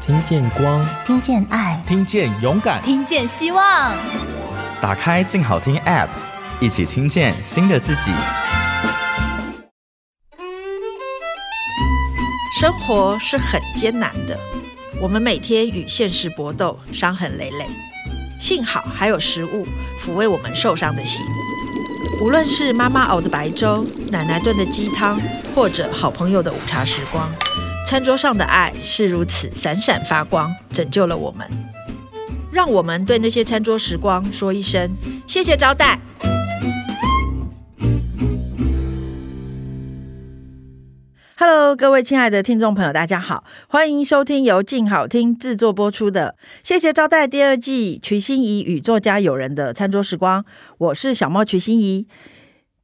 听见光，听见爱，听见勇敢，听见希望。打开静好听 App，一起听见新的自己。生活是很艰难的，我们每天与现实搏斗，伤痕累累。幸好还有食物抚慰我们受伤的心。无论是妈妈熬的白粥、奶奶炖的鸡汤，或者好朋友的午茶时光，餐桌上的爱是如此闪闪发光，拯救了我们。让我们对那些餐桌时光说一声谢谢招待。 Hello，各位亲爱的听众朋友，大家好，欢迎收听由静好听制作播出的《谢谢招待》第二季，瞿欣怡与作家友人的餐桌时光，我是小猫瞿欣怡。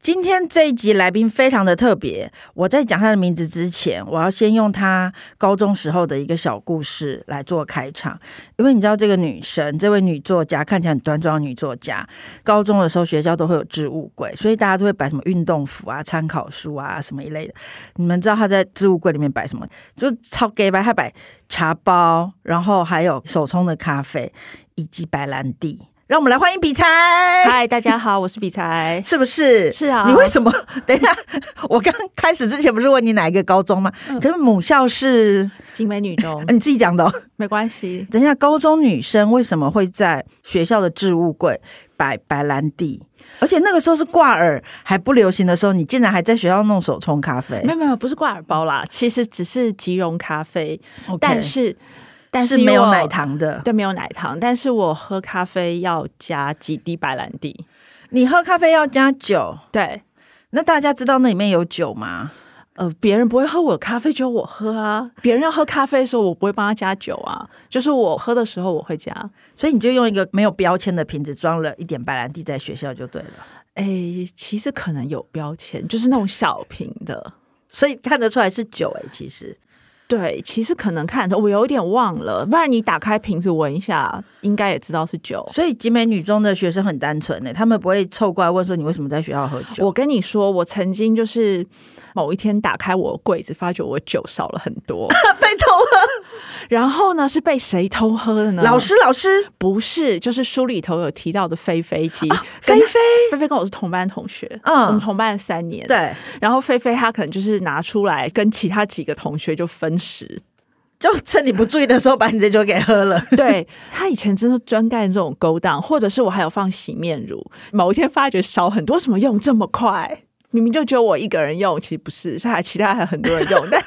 今天这一集来宾非常的特别，我在讲他的名字之前，我要先用他高中时候的一个小故事来做开场，因为你知道这个女生，这位女作家看起来很端庄的女作家，高中的时候学校都会有置物柜，所以大家都会摆什么运动服啊、参考书啊什么一类的。你们知道她在置物柜里面摆什么？就超 gay 白，她摆茶包，然后还有手冲的咖啡，以及白兰地。让我们来欢迎比才。嗨，大家好，我是比才。是不是？哎是啊你为什么？ 等一下，我刚开始之前不是问你哪一个高中吗？嗯可是母校是、景美女中 呃，你自己讲的、哦。没关系，等一下，高中女生为什么会在学校的置物柜摆白兰地？而且那个时候是挂耳还不流行的时候，你竟然还在学校弄手冲咖啡没有没有，不是挂耳包啦，其实只是即溶咖啡 OK 但是但是因为没有我奶，糖的。对，没有奶糖，但是我喝咖啡要加几滴白兰地，你喝咖啡要加酒，对，那大家知道那里面有酒吗？呃，别人不会喝我的咖啡，只有我喝啊。别人要喝咖啡的时候，我不会帮他加酒啊，就是我喝的时候我会加。所以你就用一个没有标签的瓶子装了一点白兰地在学校就对了。哎、其实可能有标签，就是那种小瓶的。所以看得出来是酒哎、其实对，其实可能看我有点忘了，不然你打开瓶子闻一下，应该也知道是酒。所以集美女中的学生很单纯呢、欸他们不会凑过来问说你为什么在学校喝酒。我跟你说，我曾经就是某一天打开我的柜子，发觉我酒少了很多， 被偷喝， 然后呢是被谁偷喝的呢？老师老师，不是，就是书里头有提到的菲菲机，跟啊菲菲菲菲跟我是同班同学，嗯我们同班三年，。对，然后菲菲她可能就是拿出来跟其他几个同学就分食，就趁你不注意的时候把你的酒给喝 了。对他以前真的专干这种勾当，或者是我还有放洗面乳，某一天发觉少很多，为什么用这么快？ 明明就只有我一个人用，其实不是，是还其他还有很多 人用，但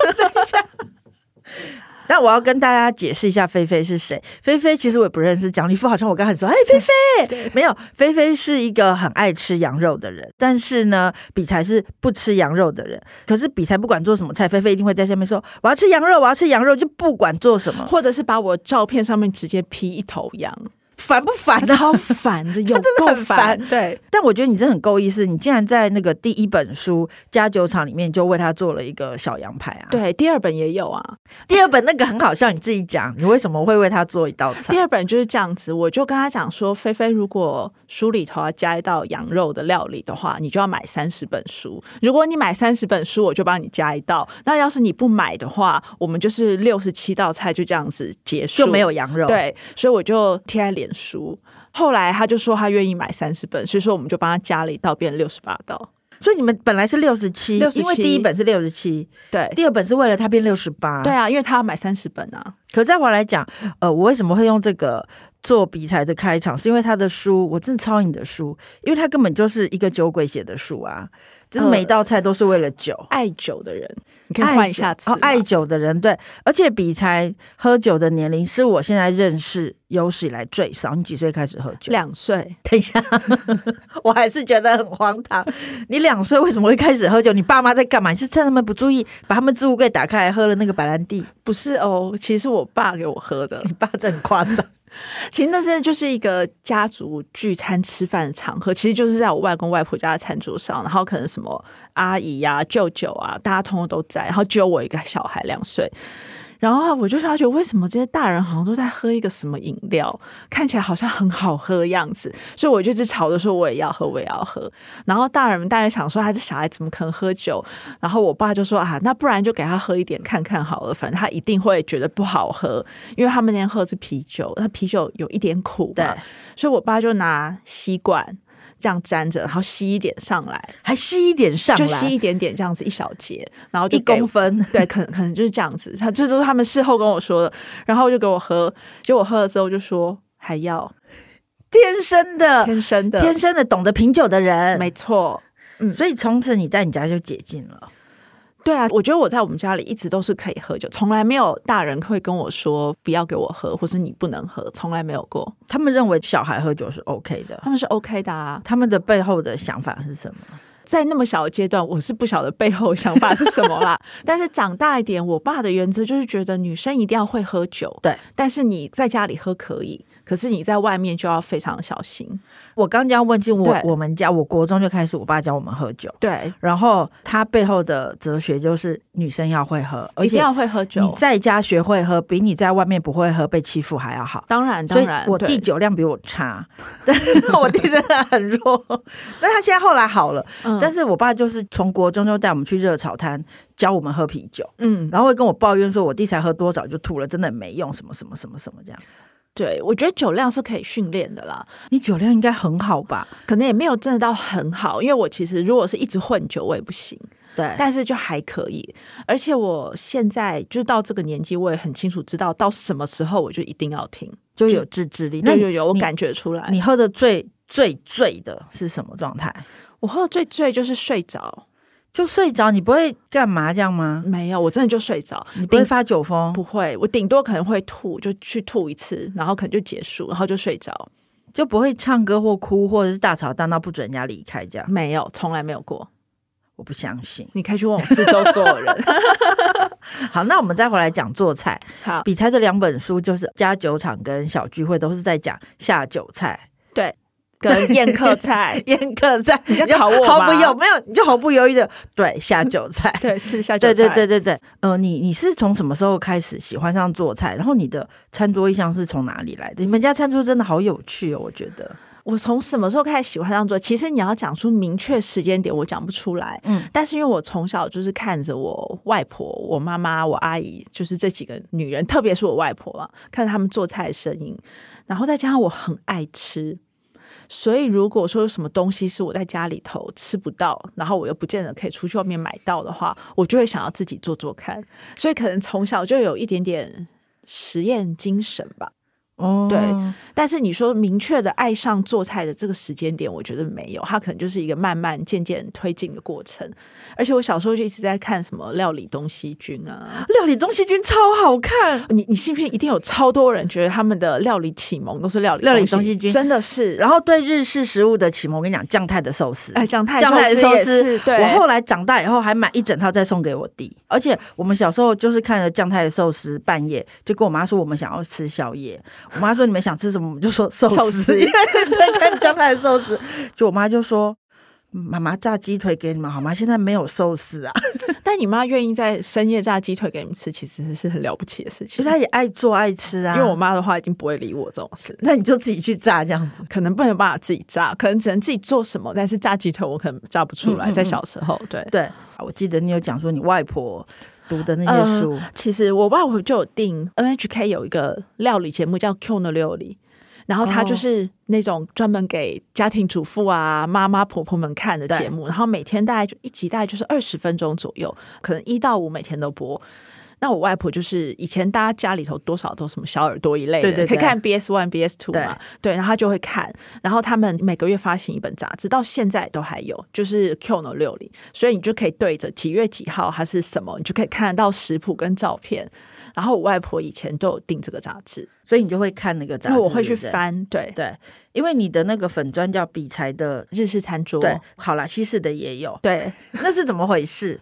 但我要跟大家解释一下菲菲是谁。菲菲其实我也不认识，蒋立夫好像我刚才 说，哎，菲菲没有，菲菲是一个很爱吃羊肉的人，但是呢，比才是不吃羊肉的人。可是比才不管做什么菜，菲菲一定会在下面说我要吃羊肉，我要吃羊肉，就不管做什么，或者是把我照片上面直接 P 一头羊，烦不 烦啊？超烦的，有 他真的够很烦对，但我觉得你真的很够意思，你竟然在那个第一本书《加酒厂》里面就为他做了一个小羊排啊。，对，第二本也有啊，第二本那个很好笑，你自己讲，你为什么会为他做一道菜第？二本就是这样子，我就跟他讲说，菲菲，如果书里头要加一道羊肉的料理的话，你就要买三十本书。如果你买三十本书，我就帮你加一道。那要是你不买的话，我们就是六十七道菜就这样子结束，就没有羊肉，，对，所以我就贴在脸书。后来他就说他愿意买三十本，所以说我们就帮他加了一道，变六十八道。所以你们本来是六十七， 67因为第一本是六十七，对，第二本是为了他变六十八。对，啊，因为他要买三十本啊。可再回来讲，呃，我为什么会用这个做比赛的开场，是因为他的书，我真的超你的书，因为他根本就是一个酒鬼写的书啊，就是呃每道菜都是为了酒。爱酒的人，你可以换一下词啊爱吗、酒哦，爱酒的人对，而且比才喝酒的年龄是我现在认识有史以来最少。你几岁开始喝酒？两岁，等一下，我还是觉得很荒唐。你两岁为什么会开始喝酒？你爸妈在干嘛？你是趁他们不注意，把他们置物柜打开来喝了那个白兰地？不是哦，其实是我爸给我喝的。你爸这很夸张。其实那真的就是一个家族聚餐吃饭的场合，其实就是在我外公外婆家的餐桌上，然后可能什么阿姨啊、舅舅啊，大家通通都在，然后只有我一个小孩两岁。然后我就发觉为什么这些大人好像都在喝一个什么饮料，看起来好像很好喝的样子，所以我就一直吵着说我也要喝，我也要喝。然后大人们当然想说，还是小孩怎么可能喝酒？然后我爸就说啊，那不然就给他喝一点看看好了，反正他一定会觉得不好喝，因为他们那天喝的是啤酒，那啤酒有一点苦对嘛，所以我爸就拿吸管。这样沾着，然后吸一点上来，还吸一点上就来，吸一点点这样子一小节，然后就一给我公分，对，可能可能就是这样子。他这都是他们事后跟我说的，然后就给我喝，结果我喝了之后就说还要天生的，天生的，天生的懂得品酒的人，没错。所以从此你在你家就解禁了。对啊，我觉得我在我们家里一直都是可以喝酒，从来没有大人会跟我说不要给我喝，或是你不能喝，从来没有过。他们认为小孩喝酒是 OK 的，他们是 OK 的啊，他们的背后的想法是什么？在那么小的阶段，我是不晓得背后想法是什么 啦。但是长大一点，我爸的原则就是觉得女生一定要会喝酒，对，但是你在家里喝可以，可是你在外面就要非常小心。我刚刚问进我对我们家，我国中就开始我爸教我们喝酒，对，然后他背后的哲学就是女生要会喝，而一定且要会喝酒你。在家学会喝，比你在外面不会喝被欺负还要好。当然，所当以然，我弟对酒量比我差， 但我弟真的很弱。但他现在后来好了，嗯但是我爸就是从国中就带我们去热炒摊，教我们喝啤酒，嗯，然后会跟我抱怨说，我弟才喝多少就吐了，真的很没用，什么什么什么什么这样。对，我觉得酒量是可以训练的啦，你酒量应该很好吧？可能也没有真的到很好，因为我其实如果是一直混酒，我也不行，对但是就还可以。而且我现在就到这个年纪，我也很清楚知道到什么时候我就一定要停。就有自制力。那有你有有，我你感觉出来。你喝的最最醉的是什么状态？我喝的最醉就是睡着，就睡着，你不会干嘛这样吗？没有，我真的就睡着，你不会发酒疯？不会，我顶多可能会吐，就去吐一次，然后可能就结束，然后就睡着，就不会唱歌或哭，或者是大吵大闹不准人家离开这样？没有，从来没有过。我不相信。你可以去问我四周所有 人。好，那我们再回来讲做菜。好，比才的两本书就是《家酒厂》跟《小聚会》，都是在讲下酒菜、，跟宴客菜 宴客菜。你在考我毫吗不有没有，你就毫不犹豫的对下酒菜。对，试一下对酒对菜。对对对，呃，你你是从什么时候开始喜欢上做菜？然后你的餐桌意向是从哪里来的？你们家餐桌真的好有趣哦，我觉得。我从什么时候开始喜欢上桌？其实你要讲出明确时间点，我讲不出来。嗯嗯，但是因为我从小就是看着我外婆、我妈妈、我阿姨，就是这几个女人，特别是我外婆啊，看着她们做菜的身影，然后再加上我很爱吃。所以，如果说有什么东西是我在家里头吃不到，然后我又不见得可以出去外面买到的话，我就会想要自己做做看。所以，可能从小就有一点点实验精神吧。哦对但是你说明确的爱上做菜的这个时间点，我觉得没有，它可能就是一个慢慢渐渐推进的过程。而且我小时候就一直在看什么料理东西君 啊，料理东西君超好看。你你信不信？一定有超多人觉得他们的料理启蒙都是料理料理东西君真的是。然后对日式食物的启蒙，我跟你讲，酱太的寿司。哎，酱太酱太寿寿也司是，对，我后来长大以后还买一整套再送给我弟，而且我们小时候就是看了酱太寿司，半夜就跟我妈说我们想要吃宵夜，我妈说你们想吃什么，我们就说寿寿司，司因为 在看酱太寿司，就我妈就说。妈妈炸鸡腿给你们好吗？现在没有寿司啊，但你妈愿意在深夜炸鸡腿给你们吃，其实是很了不起的事其情实。她也爱做爱吃啊。因为我妈的话，已经不会理我这种事。那你就自己去炸这样子。可能不能办法自己炸，可能只能自己做什么，但是炸鸡腿我可能炸不出来，嗯嗯在嗯小时候，对，对，我记得你有讲说你外婆读的那呃些书，其实我外婆就有订 NHK 有一个料理节目叫《Q 的料理》，然后它就是那种专门给家庭主妇啊、妈妈婆婆们看的节目，然后每天大概就一集大概就是二十分钟左右，可能一到五每天都播。那我外婆就是以前大家家里头多少都什么小耳朵一类的，对对对可以看 BS One、BS Two 嘛，对，然后她就会看，然后他们每个月发行一本杂志，到现在都还有，就是 Q No 六零，所以你就可以对着几月几号它是什么，你就可以看得到食谱跟照片。然后我外婆以前都有订这个杂志，所以你就会看那个杂然志，后我会去对不对翻，对对，因为你的那个粉砖叫比才的，日式餐桌，对，好啦，西式的也有，对，那是怎么回事？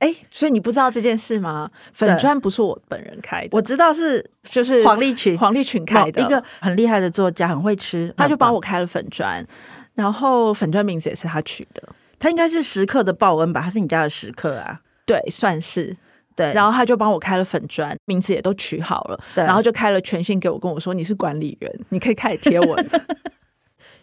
哎，所以你不知道这件事吗？粉砖不是我本人开的，我知道是就是黄立群黄立群开的一个很厉害的嗯作家，很会吃，他就帮我，我开了粉砖，然后粉砖名字也是他取的，他应该是食客的报恩吧？他是你家的食客啊。对，算是对，然后后他就帮我开了粉砖，名字也都取好了，对然后就开了权限给我，跟我说你是管理员，你可以开始贴文。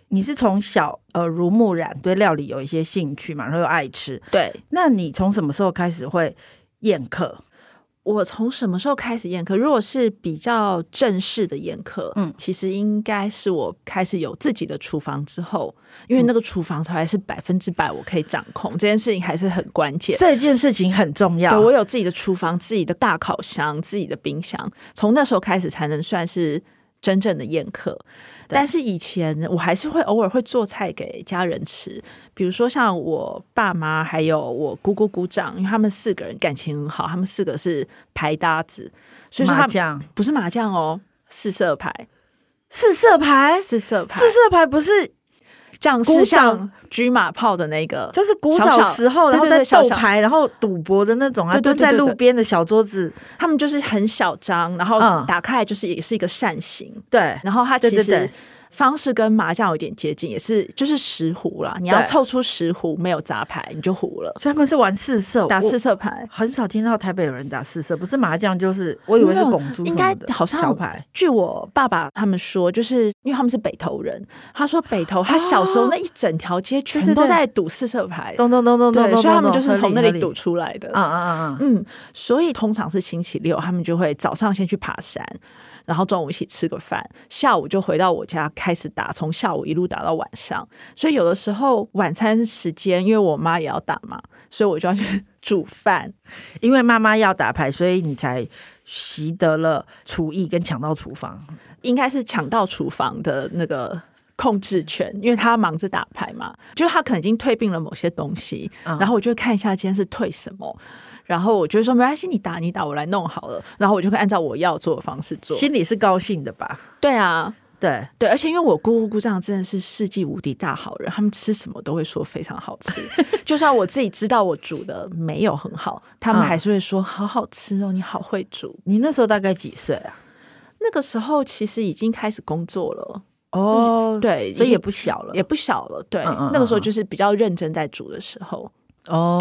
你是从小耳濡目染，对料理有一些兴趣嘛，然后又爱吃。对那你从什么时候开始会宴客？我从什么时候开始宴客？如果是比较正式的宴客，嗯嗯，其实应该是我开始有自己的厨房之后，因为那个厨房才是百分之百我可以掌控，这件事情还是很关键。这件事情很重要。对我有自己嗯的厨房、自己的大烤箱、自己的冰箱，从那时候开始才能算是真正的宴客。但是以前我还是会偶尔会做菜给家人吃，比如说像我爸妈还有我姑姑姑丈，因为他们四个人感情很好，他们四个是牌搭子，所以说麻他们将不是麻将哦，四色牌，四色牌，四色牌，四色牌不是仗鼓是掌像车马炮的那个，就是古小早小时对候，然后对在对小斗小牌，然后赌博的那种啊，对对蹲对在对路对边的小桌子。他们就是很小张，然后嗯打开来就是也是一个扇形。对，然后它对其对实对方式跟麻将有点接近，也是就是十胡啦。你要对凑出十胡没有杂牌，你就胡了。所以他们是玩四色，打哦我四色牌，很少听到台北有人打四色，不是麻将就是，我以为是没有拱珠什应么该的好像桥牌。据我爸爸他们说，就是因为他们是北投人，他说北投他小时候那一整条街全都哦对对对在赌四色牌，咚咚咚咚咚对，咚，所以他们咚就是从那里赌。合出来的合。啊啊啊！嗯嗯，所以通常是星期六，他们就会早上先去爬山，然后中午一起吃个饭，下午就回到我家开始打，从下午一路打到晚上。所以有的时候晚餐时间，因为我妈也要打嘛，所以我就要去 煮饭。因为妈妈要打牌，所以你才习得了厨艺跟抢到厨房。应该是抢到厨房的那个控制权，因为他忙着打牌嘛，就是他可能已经退并了某些东西，嗯然后我就会看一下今天是退什么。然后我就会说没关系，你打你打，我来弄好了。然后我就会按照我要做的方式做。心里是高兴的吧？对啊，对，对，而且因为我姑姑姑丈真的是世纪无敌大好人，他们吃什么都会说非常好 吃。就算我自己知道我煮的没有很好，他们嗯还是会说好好吃哦，你好会煮。你那时候大概几岁啊？那个时候其实已经开始工作了，哦，对，所以已也经不小了。也不小了，对，嗯嗯嗯那个时候就是比较认真在煮的时候，哦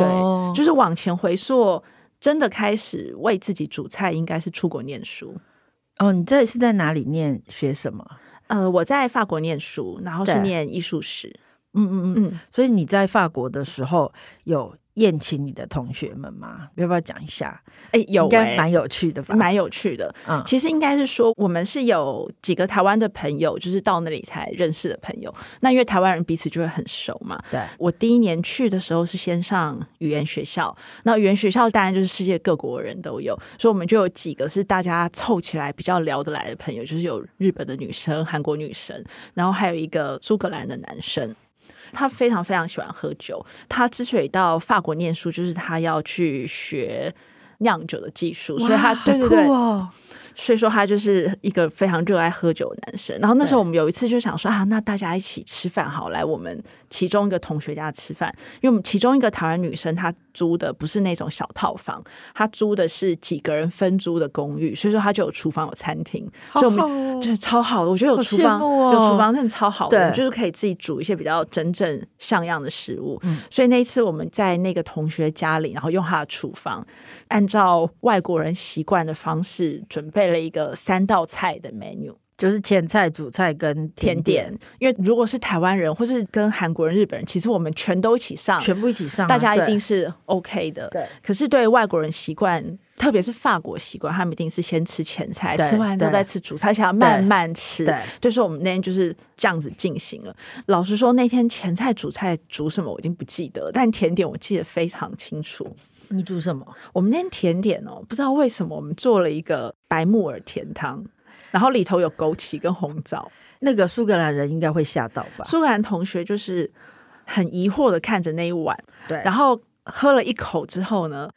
对，就是往前回溯。真的开始为自己煮菜，应该是出国念书。哦，你这是在哪里念学什么？呃，我在法国念书，然后是对念艺术史。嗯嗯嗯。嗯，所以你在法国的时候有宴请你的同学们吗？要不要讲一下？哎、有、应该欸，蛮有趣的吧？蛮有趣的。嗯其实应该是说，我们是有几个台湾的朋友，就是到那里才认识的朋友。那因为台湾人彼此就会很熟嘛。对我第一年去的时候是先上语言学校，那语言学校当然就是世界各国人都有，所以我们就有几个是大家凑起来比较聊得来的朋友，就是有日本的女生、韩国女生，然后还有一个苏格兰的男生。他非常非常喜欢喝酒。他之所以到法国念书，就是他要去学酿酒的技术，所以他哇对对好酷对，哦，所以说他就是一个非常热爱喝酒的男生。然后那时候对我们有一次就想说啊，那大家一起吃饭好，来我们其中一个同学家吃饭，因为我们其中一个台湾女生她租的不是那种小套房，她租的是几个人分租的公寓，所以说她就有厨房有餐厅，所以我好好哦 们就是超好的，我觉得有好厨羡房、慕哦有厨房真的超好的，对我们就是可以自己煮一些比较真正像样的食物。嗯所以那一次我们在那个同学家里，然后用他的厨房，按照外国人习惯的方式准备了一个三道菜的 menu 就是前菜、主菜跟甜甜点点，，因为如果是台湾人或是跟韩国人、日本人，其实我们全都一起上，全部一起上啊，大家一定是是 OK 的。对可是对外国人习惯。特别是法国习惯，他们一定是先吃前菜，对吃完之后对再吃主菜，想要慢对慢吃。对就是我们那天就是这样子进行了。老实说，那天前菜、主菜煮什么我已经不记得，但甜点我记得非常清楚。你煮什么？我们那天甜点哦，不知道为什么我们做了一个白木耳甜汤，然后里头有枸杞跟红枣。那个苏格兰人应该会吓到吧？苏格兰同学就是很疑惑的看着那一碗，对，然后喝了一口之后呢，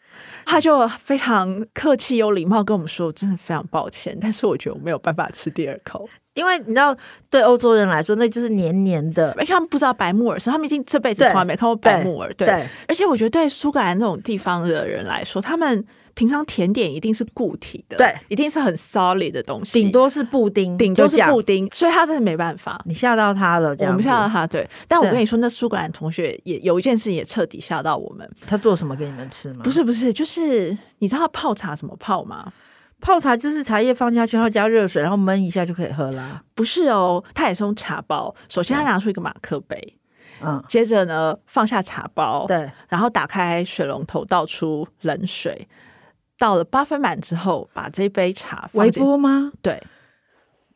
他就非常客气有礼貌跟我们说：“真的非常抱歉，但是我觉得我没有办法吃第二口，因为你知道，对欧洲人来说，那就是黏黏的，而且他们不知道白木耳是他们已经这辈子对从来没看过白木耳，对。对而且我觉得对苏格兰那种地方的人来说，他们。平常甜点一定是固体的，对，一定是很 solid 的东西，顶多是布丁，顶多就是这样布丁，所以他真的没办法。你吓到他了，这我样们吓到子。他，对。但我对跟你说，那苏格兰同学也有一件事情也彻底吓到我们，他做什么给你们吃吗？不是不是，就是你知道他泡茶怎么泡吗？泡茶，就是茶叶放下去，然后加热水，然后焖一下就可以喝啦。不是哦，他也是用茶包。首先，他拿出一个马克杯，嗯，接着呢放下茶包，对，然后打开水龙头倒出冷水，到了八分满之后，把这杯茶放微进。波吗？对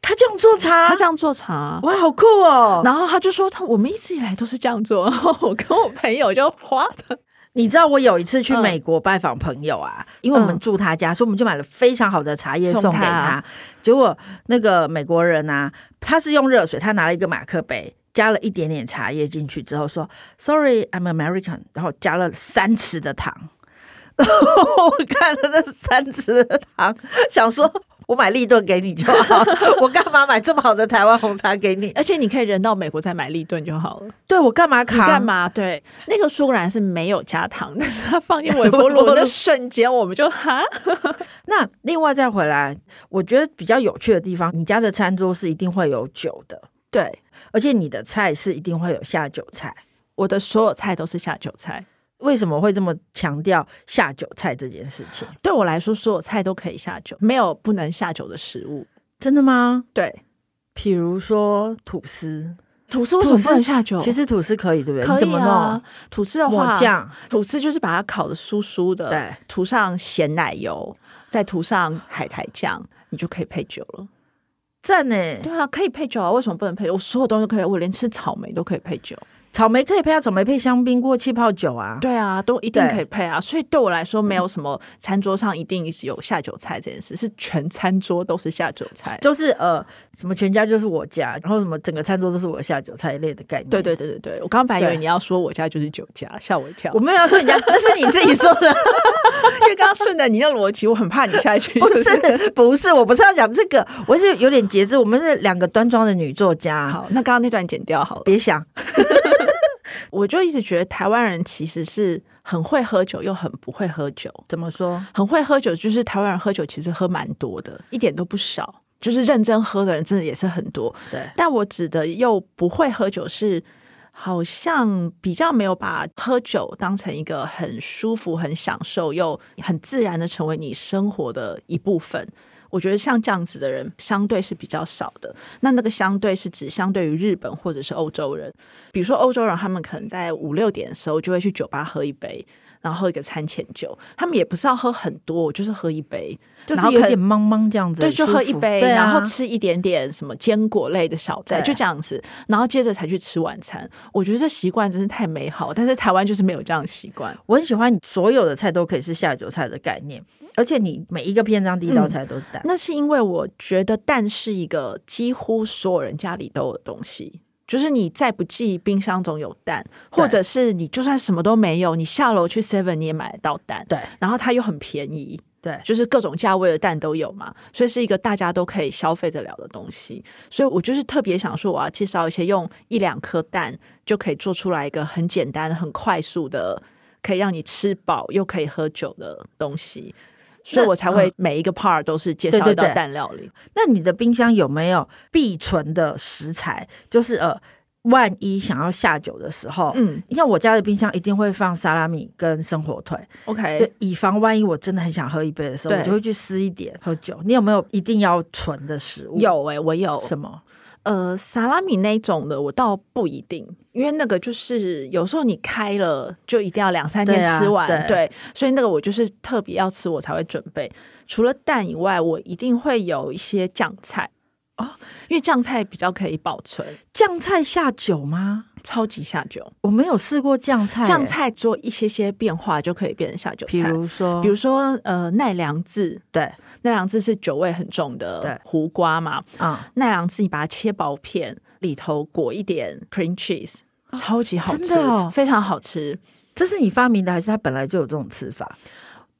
他这样做茶，他这样做茶，哇，好酷哦！然后他就说他我们一直以来都是这样做。 然后我跟我朋友就花的，你知道我有一次去嗯美国拜访朋友啊，因为我们住他家，所以我们就买了非常好的茶叶送送给他他。结果那个美国人啊，他是用热水，他拿了一个马克杯，加了一点点茶叶进去之后说：“Sorry, I'm American。”然后加了三匙的糖。 我看了那三匙的糖，想说。我买立顿给你就好，我干嘛买这么好的台湾红茶给你？而且你可以人到美国再买立顿就好了。对我干嘛你扛？干？嘛？对，那个苏格兰是没有加糖，但是他放进微波炉那瞬间，我们 就哈，那另外再回来，我觉得比较有趣的地方，你家的餐桌是一定会有酒的，对，而且你的菜是一定会有下酒菜。我的所有菜都是下酒菜。为什么会这么强调下酒菜这件事情？对我来说，所有菜都可以下酒，没有不能下酒的食物。真的吗？对，比如说吐司，吐司为为什什么么不不能能下酒？其实吐司可以，对不对？可你以怎么弄啊？。吐司的抹话，酱，吐司就是把它烤的酥酥的，对，涂上咸奶油，再涂上海苔酱，你就可以配酒了。赞呢！对啊，可以配酒啊，为什么不能配酒？我所有东西都可以，我连吃草莓都可以配酒。草莓可以配啊，草莓配香槟或气泡酒啊。对啊，都一定对可以配啊。所以对我来说，没有什么餐桌上一定有下酒菜这件事，是全餐桌都是下酒菜。就是呃，什么全家就是我家，然后什么整个餐桌都是我的下酒菜类的概念。对对对对对，我刚本来以对为你要说我家就是酒家，吓我一跳。我没有要说人家，那是你自己说的。因为刚刚顺着你那逻辑，我很怕你下 去。 不就是不是，我不是要讲这个，我是有点节制。我们是两个端庄的女作家，好，那刚刚那段剪掉好了。别想我就一直觉得台湾人其实是很会喝酒，又很不会喝酒。怎么说。很会喝酒，就是台湾人喝酒其实喝蛮多的，一点都不少。就是认真喝的人真的也是很多，对但我指的又不会喝酒是，好像比较没有把喝酒当成一个很舒服、很享受又很自然的成为你生活的一部分。我觉得像这样子的人相对是比较少的。那那个相对是指相对于日本或者是欧洲人，比如说欧洲人，他们可能在五六点的时候就会去酒吧喝一杯，然后喝一个餐前酒。他们也不是要喝很多，我就是喝一杯，就是然后有可点茫茫这样子，对，就很喝舒一服杯，对啊、然后吃一点点什么坚果类的小菜，对就这样子，然后接着才去吃晚餐。我觉得这习惯真是太美好，但是台湾就是没有这样的习惯。我很喜欢你所有的菜都可以是下酒菜的概念，而且你每一个篇章第一道菜都是蛋。那是因为我觉得蛋是一个几乎所有人家里都有的东西。就是你再不济，冰箱总有蛋，对或者是你就算什么都没有，你下楼去 Seven 你也买得到蛋，对然后它又很便宜，对，就是各种价位的蛋都有嘛，所以是一个大家都可以消费得了的东西。所以我就是特别想说，我要介绍一些用一两颗蛋就可以做出来一个很简单、很快速的，可以让你吃饱又可以喝酒的东西。所以我才会每一个 part 都是介绍嗯对一对道对蛋料理。那你的冰箱有没有必存的食材？就是呃，万一想要下酒的时候，嗯像我家的冰箱一定会放沙拉米跟生火腿，哦就，OK，以防万一我真的很想喝一杯的时候，对我就会去撕一点喝酒。你有没有一定要存的食物？有诶、我有什么？呃，萨拉米那种的，我倒不一定，因为那个就是有时候你开了就一定要两三天对啊吃完，对所以那个我就是特别要吃我才会准备。除了蛋以外，我一定会有一些酱菜哦，因为酱菜比较可以保存，酱菜下酒吗？超级下酒。我没有试过酱菜、欸酱，菜做一些些变化就可以变成下酒比菜，如说，比如说呃奈良漬，对，奈良漬是酒味很重对的胡瓜嘛，啊、奈良子你把它切薄片，里头裹一点 cream cheese，超级好啊真吃，的哦非常好吃。这是你发明的还是它本来就有这种吃法？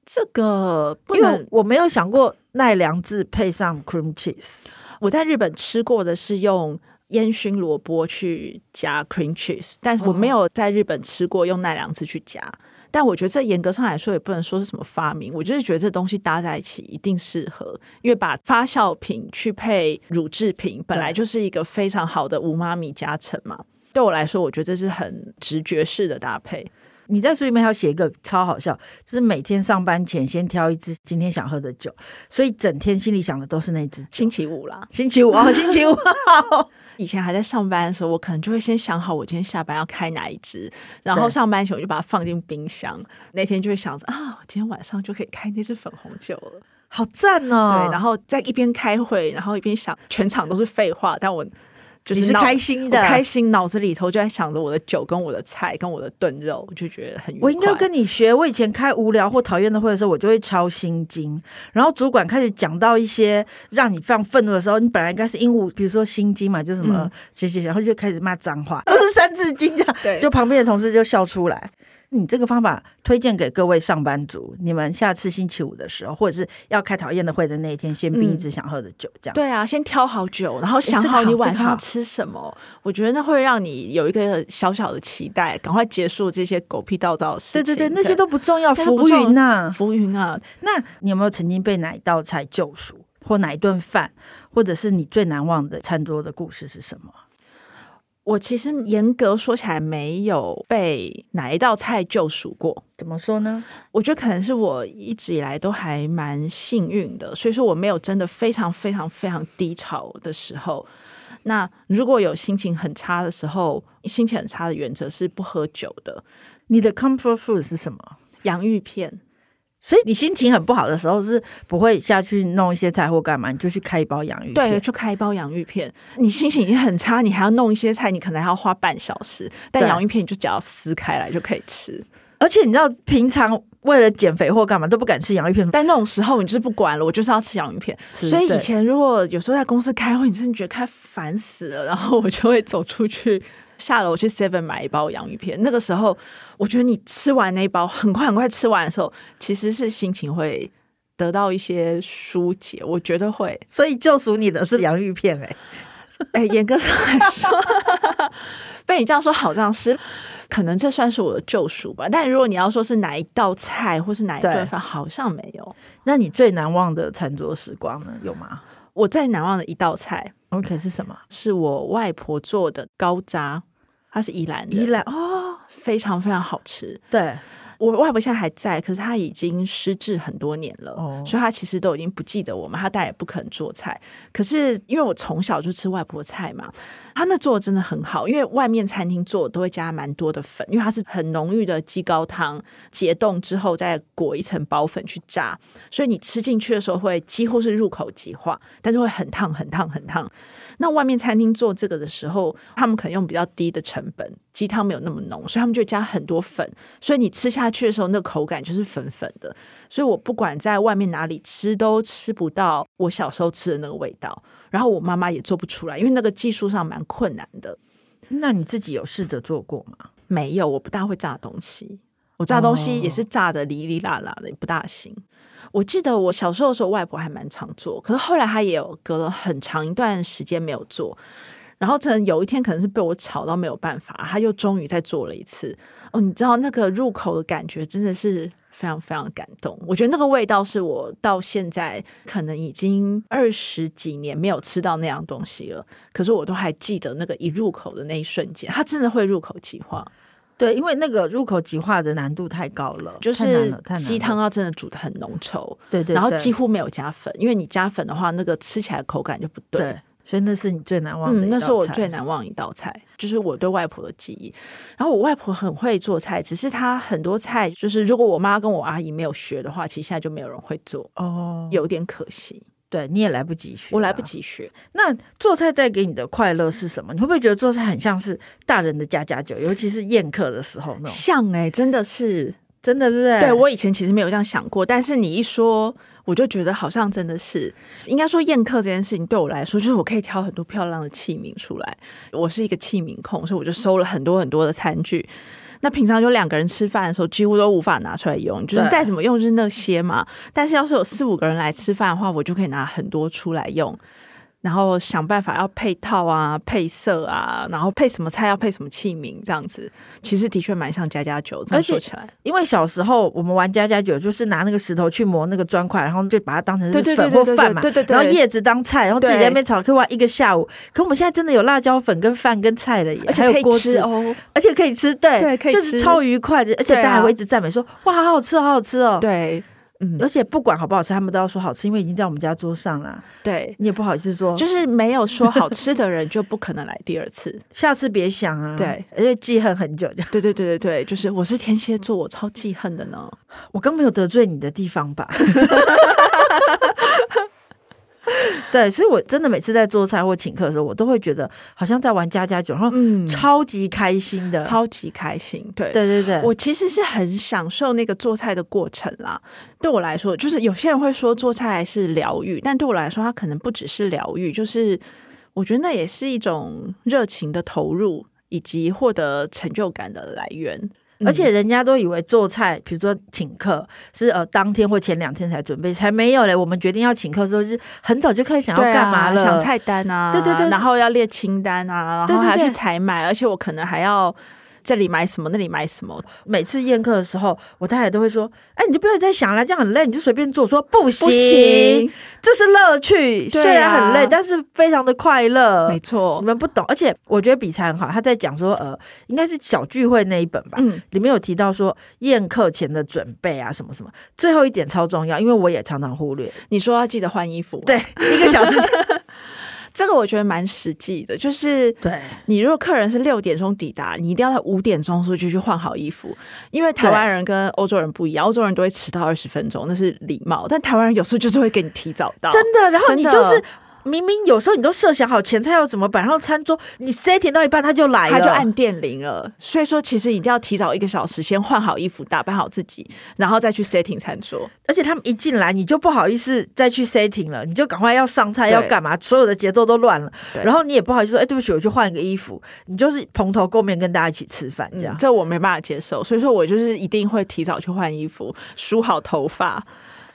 这个不因为能，我没有想过奈良漬配上 cream cheese，我在日本吃过的是用烟熏萝哦卜去加 cream cheese，但是我没有在日本吃过用奈良子去加。但我觉得这严格上来说也不能说是什么发明，我就是觉得这东西搭在一起一定适合，因为把发酵品去配乳制品，本来就是一个非常好的无妈咪加成嘛。对我来说，我觉得这是很直觉式的搭配。你在书里面还要写一个超好笑，就是每天上班前先挑一支今天想喝的酒，所以整天心里想的都是那支酒星。期五啦，星期五哦，星期五， 以前还在上班的时候，我可能就会先想好我今天下班要开哪一支，然后对上班前我就把它放进冰箱。那天就会想着啊，我今天晚上就可以开那支粉红酒了。 好赞哦！对，然后后在一边开会，然后一边想，全场都是废话，但我就你是是脑开心的我开心脑子里头就在想着我的酒、跟我的菜、跟我的炖肉，我就觉得很愉快。我应该跟你学。我以前开无聊或讨厌的会的时候，我就会抄心经。然后主管开始讲到一些让你非常愤怒的时候，你本来应该是鹦鹉，比如说心经嘛，就什么嗯写写，然后就开始骂脏话，都是三字经这样。对就旁边的同事就笑出来。你这个方法推荐给各位上班族，你们下次星期五的时候，或者是要开讨厌的会的那一天，先冰一嗯直想喝的酒，这样。对啊，先挑好酒，然后想这个好好你这晚个上要好吃什么。我觉得那会让你有一个小小的期待，赶快结束这些狗屁道道的事情。对对对，那些都不重要，那都浮不重要云呐、浮云啊，那你有没有曾经被哪一道菜救赎，或哪一顿饭，或者是你最难忘的餐桌的故事是什么？我其实严格说起来没有被哪一道菜救赎过。怎么说呢？我觉得可能是我一直以来都还蛮幸运的，所以说我没有真的非常非常非常低潮的时候。那如果有心情很差的时候，心情很差的原则是不喝酒的。你的 comfort food 是什么？洋芋片，所以你心情很不好的时候，是不会下去弄一些菜或干嘛，你就去开一包洋芋对，片。就开一包洋芋片。你心情已经很差，你还要弄一些菜，你可能还要花半小时。但对洋芋片你就只要撕开来就可以吃。而且你知道，平常为了减肥或干嘛都不敢吃洋芋片，但那种时候你就是不管了，我就是要吃洋芋片。吃所以对以前如果有时候在公司开会，你真的觉得开烦死了，然后我就会走出去。下楼去 Seven 买一包洋芋片，那个时候我觉得你吃完那一包，很快很快吃完的时候，其实是心情会得到一些疏解，我觉得会。 所以救赎你的是洋芋片、欸。哎，哎，严格上来说，被你这样说好像是，可能这算是我的救赎吧。但如果你要说是哪一道菜或是哪一对顿饭，好像没有。那你最难忘的餐桌时光呢？有吗我最难忘的一道菜？OK 是什么？是我外婆做的高渣，它是宜兰的，宜兰哦，非常非常好吃。对，我外婆现在还在，可是她已经失智很多年了，哦所以她其实都已经不记得我们，她再也不肯做菜。可是因为我从小就吃外婆菜嘛，她那做的真的很好，因为外面餐厅做的都会加蛮多的粉，因为它是很浓郁的鸡高汤，解冻之后再裹一层薄粉去炸，所以你吃进去的时候会几乎是入口即化，但是会很烫、很烫、很烫。那外面餐厅做这个的时候，他们可能用比较低的成本，鸡汤没有那么浓，所以他们就加很多粉，所以你吃下去的时候，那口感就是粉粉的。所以我不管在外面哪里吃，都吃不到我小时候吃的那个味道。然后我妈妈也做不出来，因为那个技术上蛮困难的。那你自己有试着做过吗？没有，我不大会炸东西，我炸东西哦也是炸的哩哩啦啦的，也不大行。我记得我小时候的时候，外婆还蛮常做，可是后来她也有隔了很长一段时间没有做。然后，真的有一天可能是被我吵到没有办法，她又终于再做了一次。哦，你知道那个入口的感觉真的是非常非常感动。我觉得那个味道是我到现在可能已经二十几年没有吃到那样东西了，可是我都还记得那个一入口的那一瞬间，它真的会入口即化。对，因为那个入口即化的难度太高了，就太难是了太难了鸡汤要真的煮的很浓稠，对对，然后对几乎没有加粉，因为你加粉的话，那个吃起来口感就不对。对，所以那是你最难忘的嗯，一道菜、那是我最难忘一道菜，就是我对外婆的记忆。然后我外婆很会做菜，只是她很多菜，就是如果我妈跟我阿姨没有学的话，其实现在就没有人会做，哦，有点可惜，对，你也来不及学，啊我来不。及学。那做菜带给你的快乐是什么？你会不会觉得做菜很像是大人的家家酒，尤其是宴客的时候那种？像哎、真的是，真的，对不对？对我以前其实没有这样想过，但是你一说，我就觉得好像真的是，应该说宴客这件事情对我来说，就是我可以挑很多漂亮的器皿出来。我是一个器皿控，所以我就收了很多很多的餐具。那平常就两个人吃饭的时候，几乎都无法拿出来用，就是对再怎么用就是那些嘛。但是要是有四五个人来吃饭的话，我就可以拿很多出来用。然后想办法要配套啊、配色啊，然后配什么菜要配什么器皿，这样子，其实的确蛮像家家酒。这而样且说起来，因为小时候我们玩家家酒，就是拿那个石头去磨那个砖块，然后就把它当成对是对粉对或对饭嘛，对对对然后叶子当菜，然后自己对在那边炒，可以玩一个下午。可我们现在真的有辣椒粉跟饭跟菜了耶，而且还有可以锅吃子，哦。而且可以吃，对，对可以就是吃超愉快的，而且对啊大家还会一直赞美说、哇，好好吃，好好吃哦。，对，嗯，而且不管好不好吃，他们都要说好吃，因为已经在我们家桌上了，对，你也不好意思说，就就是没有说好吃的人就不可能来第二次。下次别想啊。对，而且记恨很久这样。 对对对对对，就是我是天蝎座，我超记恨的呢。我刚没有得罪你的地方 吧？对，所以我真的每次在做菜或请客的时候，我都会觉得好像在玩家家酒，然后嗯超级开心的。超级开心。呃对，对对对，我其实是很享受那个做菜的过程啦。对我来说，就是有些人会说做菜是疗愈，但对我来说，它可能不只是疗愈，就是我觉得那也是一种热情的投入，以及获得成就感的来源。嗯而且人家都以为做菜，比如说请客是呃当天或前两天才准备，才没有嘞。我们决定要请客的时候，就是很早就开始想要对啊干嘛了。想菜单啊，对对对然后要列清单啊，对然后对还要对去采买，而且我可能还要这里买什么，那里买什么，每次宴客的时候，我太太都会说：“哎，你就不要再想了，这样很累，你就随便做。”说不行，不行，这是乐趣，对啊虽然很累，但是非常的快乐。没错你，们不懂，而且我觉得比才很好。他在讲说，呃，应该是小聚会那一本吧，嗯，里面有提到说宴客前的准备啊，什么什么。最后一点超重要，因为我也常常忽略。你说要记得换衣服吗，对，一个小时就 这个我觉得蛮实际的，就是。对，你如果客人是六点钟抵达，你一定要在五点钟的时候就去换好衣服，因为台湾人跟欧洲人不一样，欧洲人都会迟到二十分钟，那是礼貌，但台湾人有时候就是会给你提早到。真的。然后你真的就是明明有时候你都设想好前菜要怎么摆，然后餐桌你 setting 到一半他就来了，他就按电铃了，所以说其实一定要提早一个小时，先换好衣服，打扮好自己，然后再去 setting 餐桌。而且他们一进来，你就不好意思再去 setting 了，你就赶快要上菜要干嘛，所有的节奏都乱了，对然后你也不好意思说，哎，对不起，我去换一个衣服，你就是蓬头垢面跟大家一起吃饭这样嗯，。这我没办法接受，所以说我就是一定会提早去换衣服，梳好头发，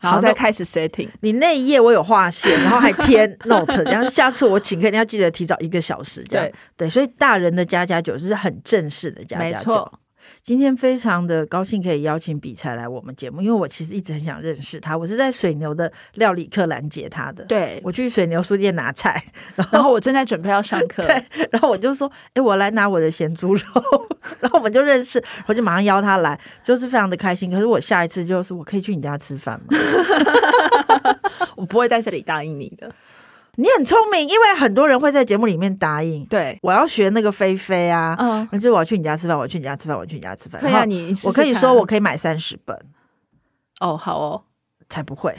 然后好再那开始 setting。你那一页我有划线，然后还贴 note，然后下次我请客一定要记得提早一个小时，这样对对，所以大人的家家酒是很正式的家没家酒错。今天非常的高兴可以邀请比才来我们节目，因为我其实一直很想认识他，我是在水牛的料理课拦截他的。，对，我去水牛书店拿菜，然后我正在准备要上 课， 对，然后我就说，哎、我来拿我的咸猪肉，然后我们就认识，我就马上邀他来，就是非常的开心。可是我下一次就是我可以去你家吃饭吗？我不会在这里答应你的。 你很聪明，因为很多人会在节目里面答应，对，我要学那个菲菲啊，嗯，就是我要去你家吃饭，我要去你家吃饭，我要去你家吃饭。可以然啊，后你试试我可以看说啊我可以买三十本，哦，好哦，才不会。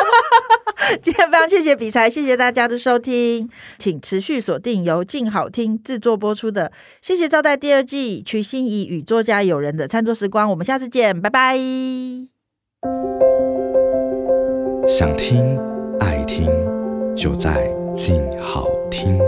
今天非常谢谢比才，谢谢大家的收听，请持续锁定由静好听制作播出的《谢谢招待》第二季，瞿欣怡与作家友人的餐桌时光，我们下次见，拜拜。想听爱听，就在静好听。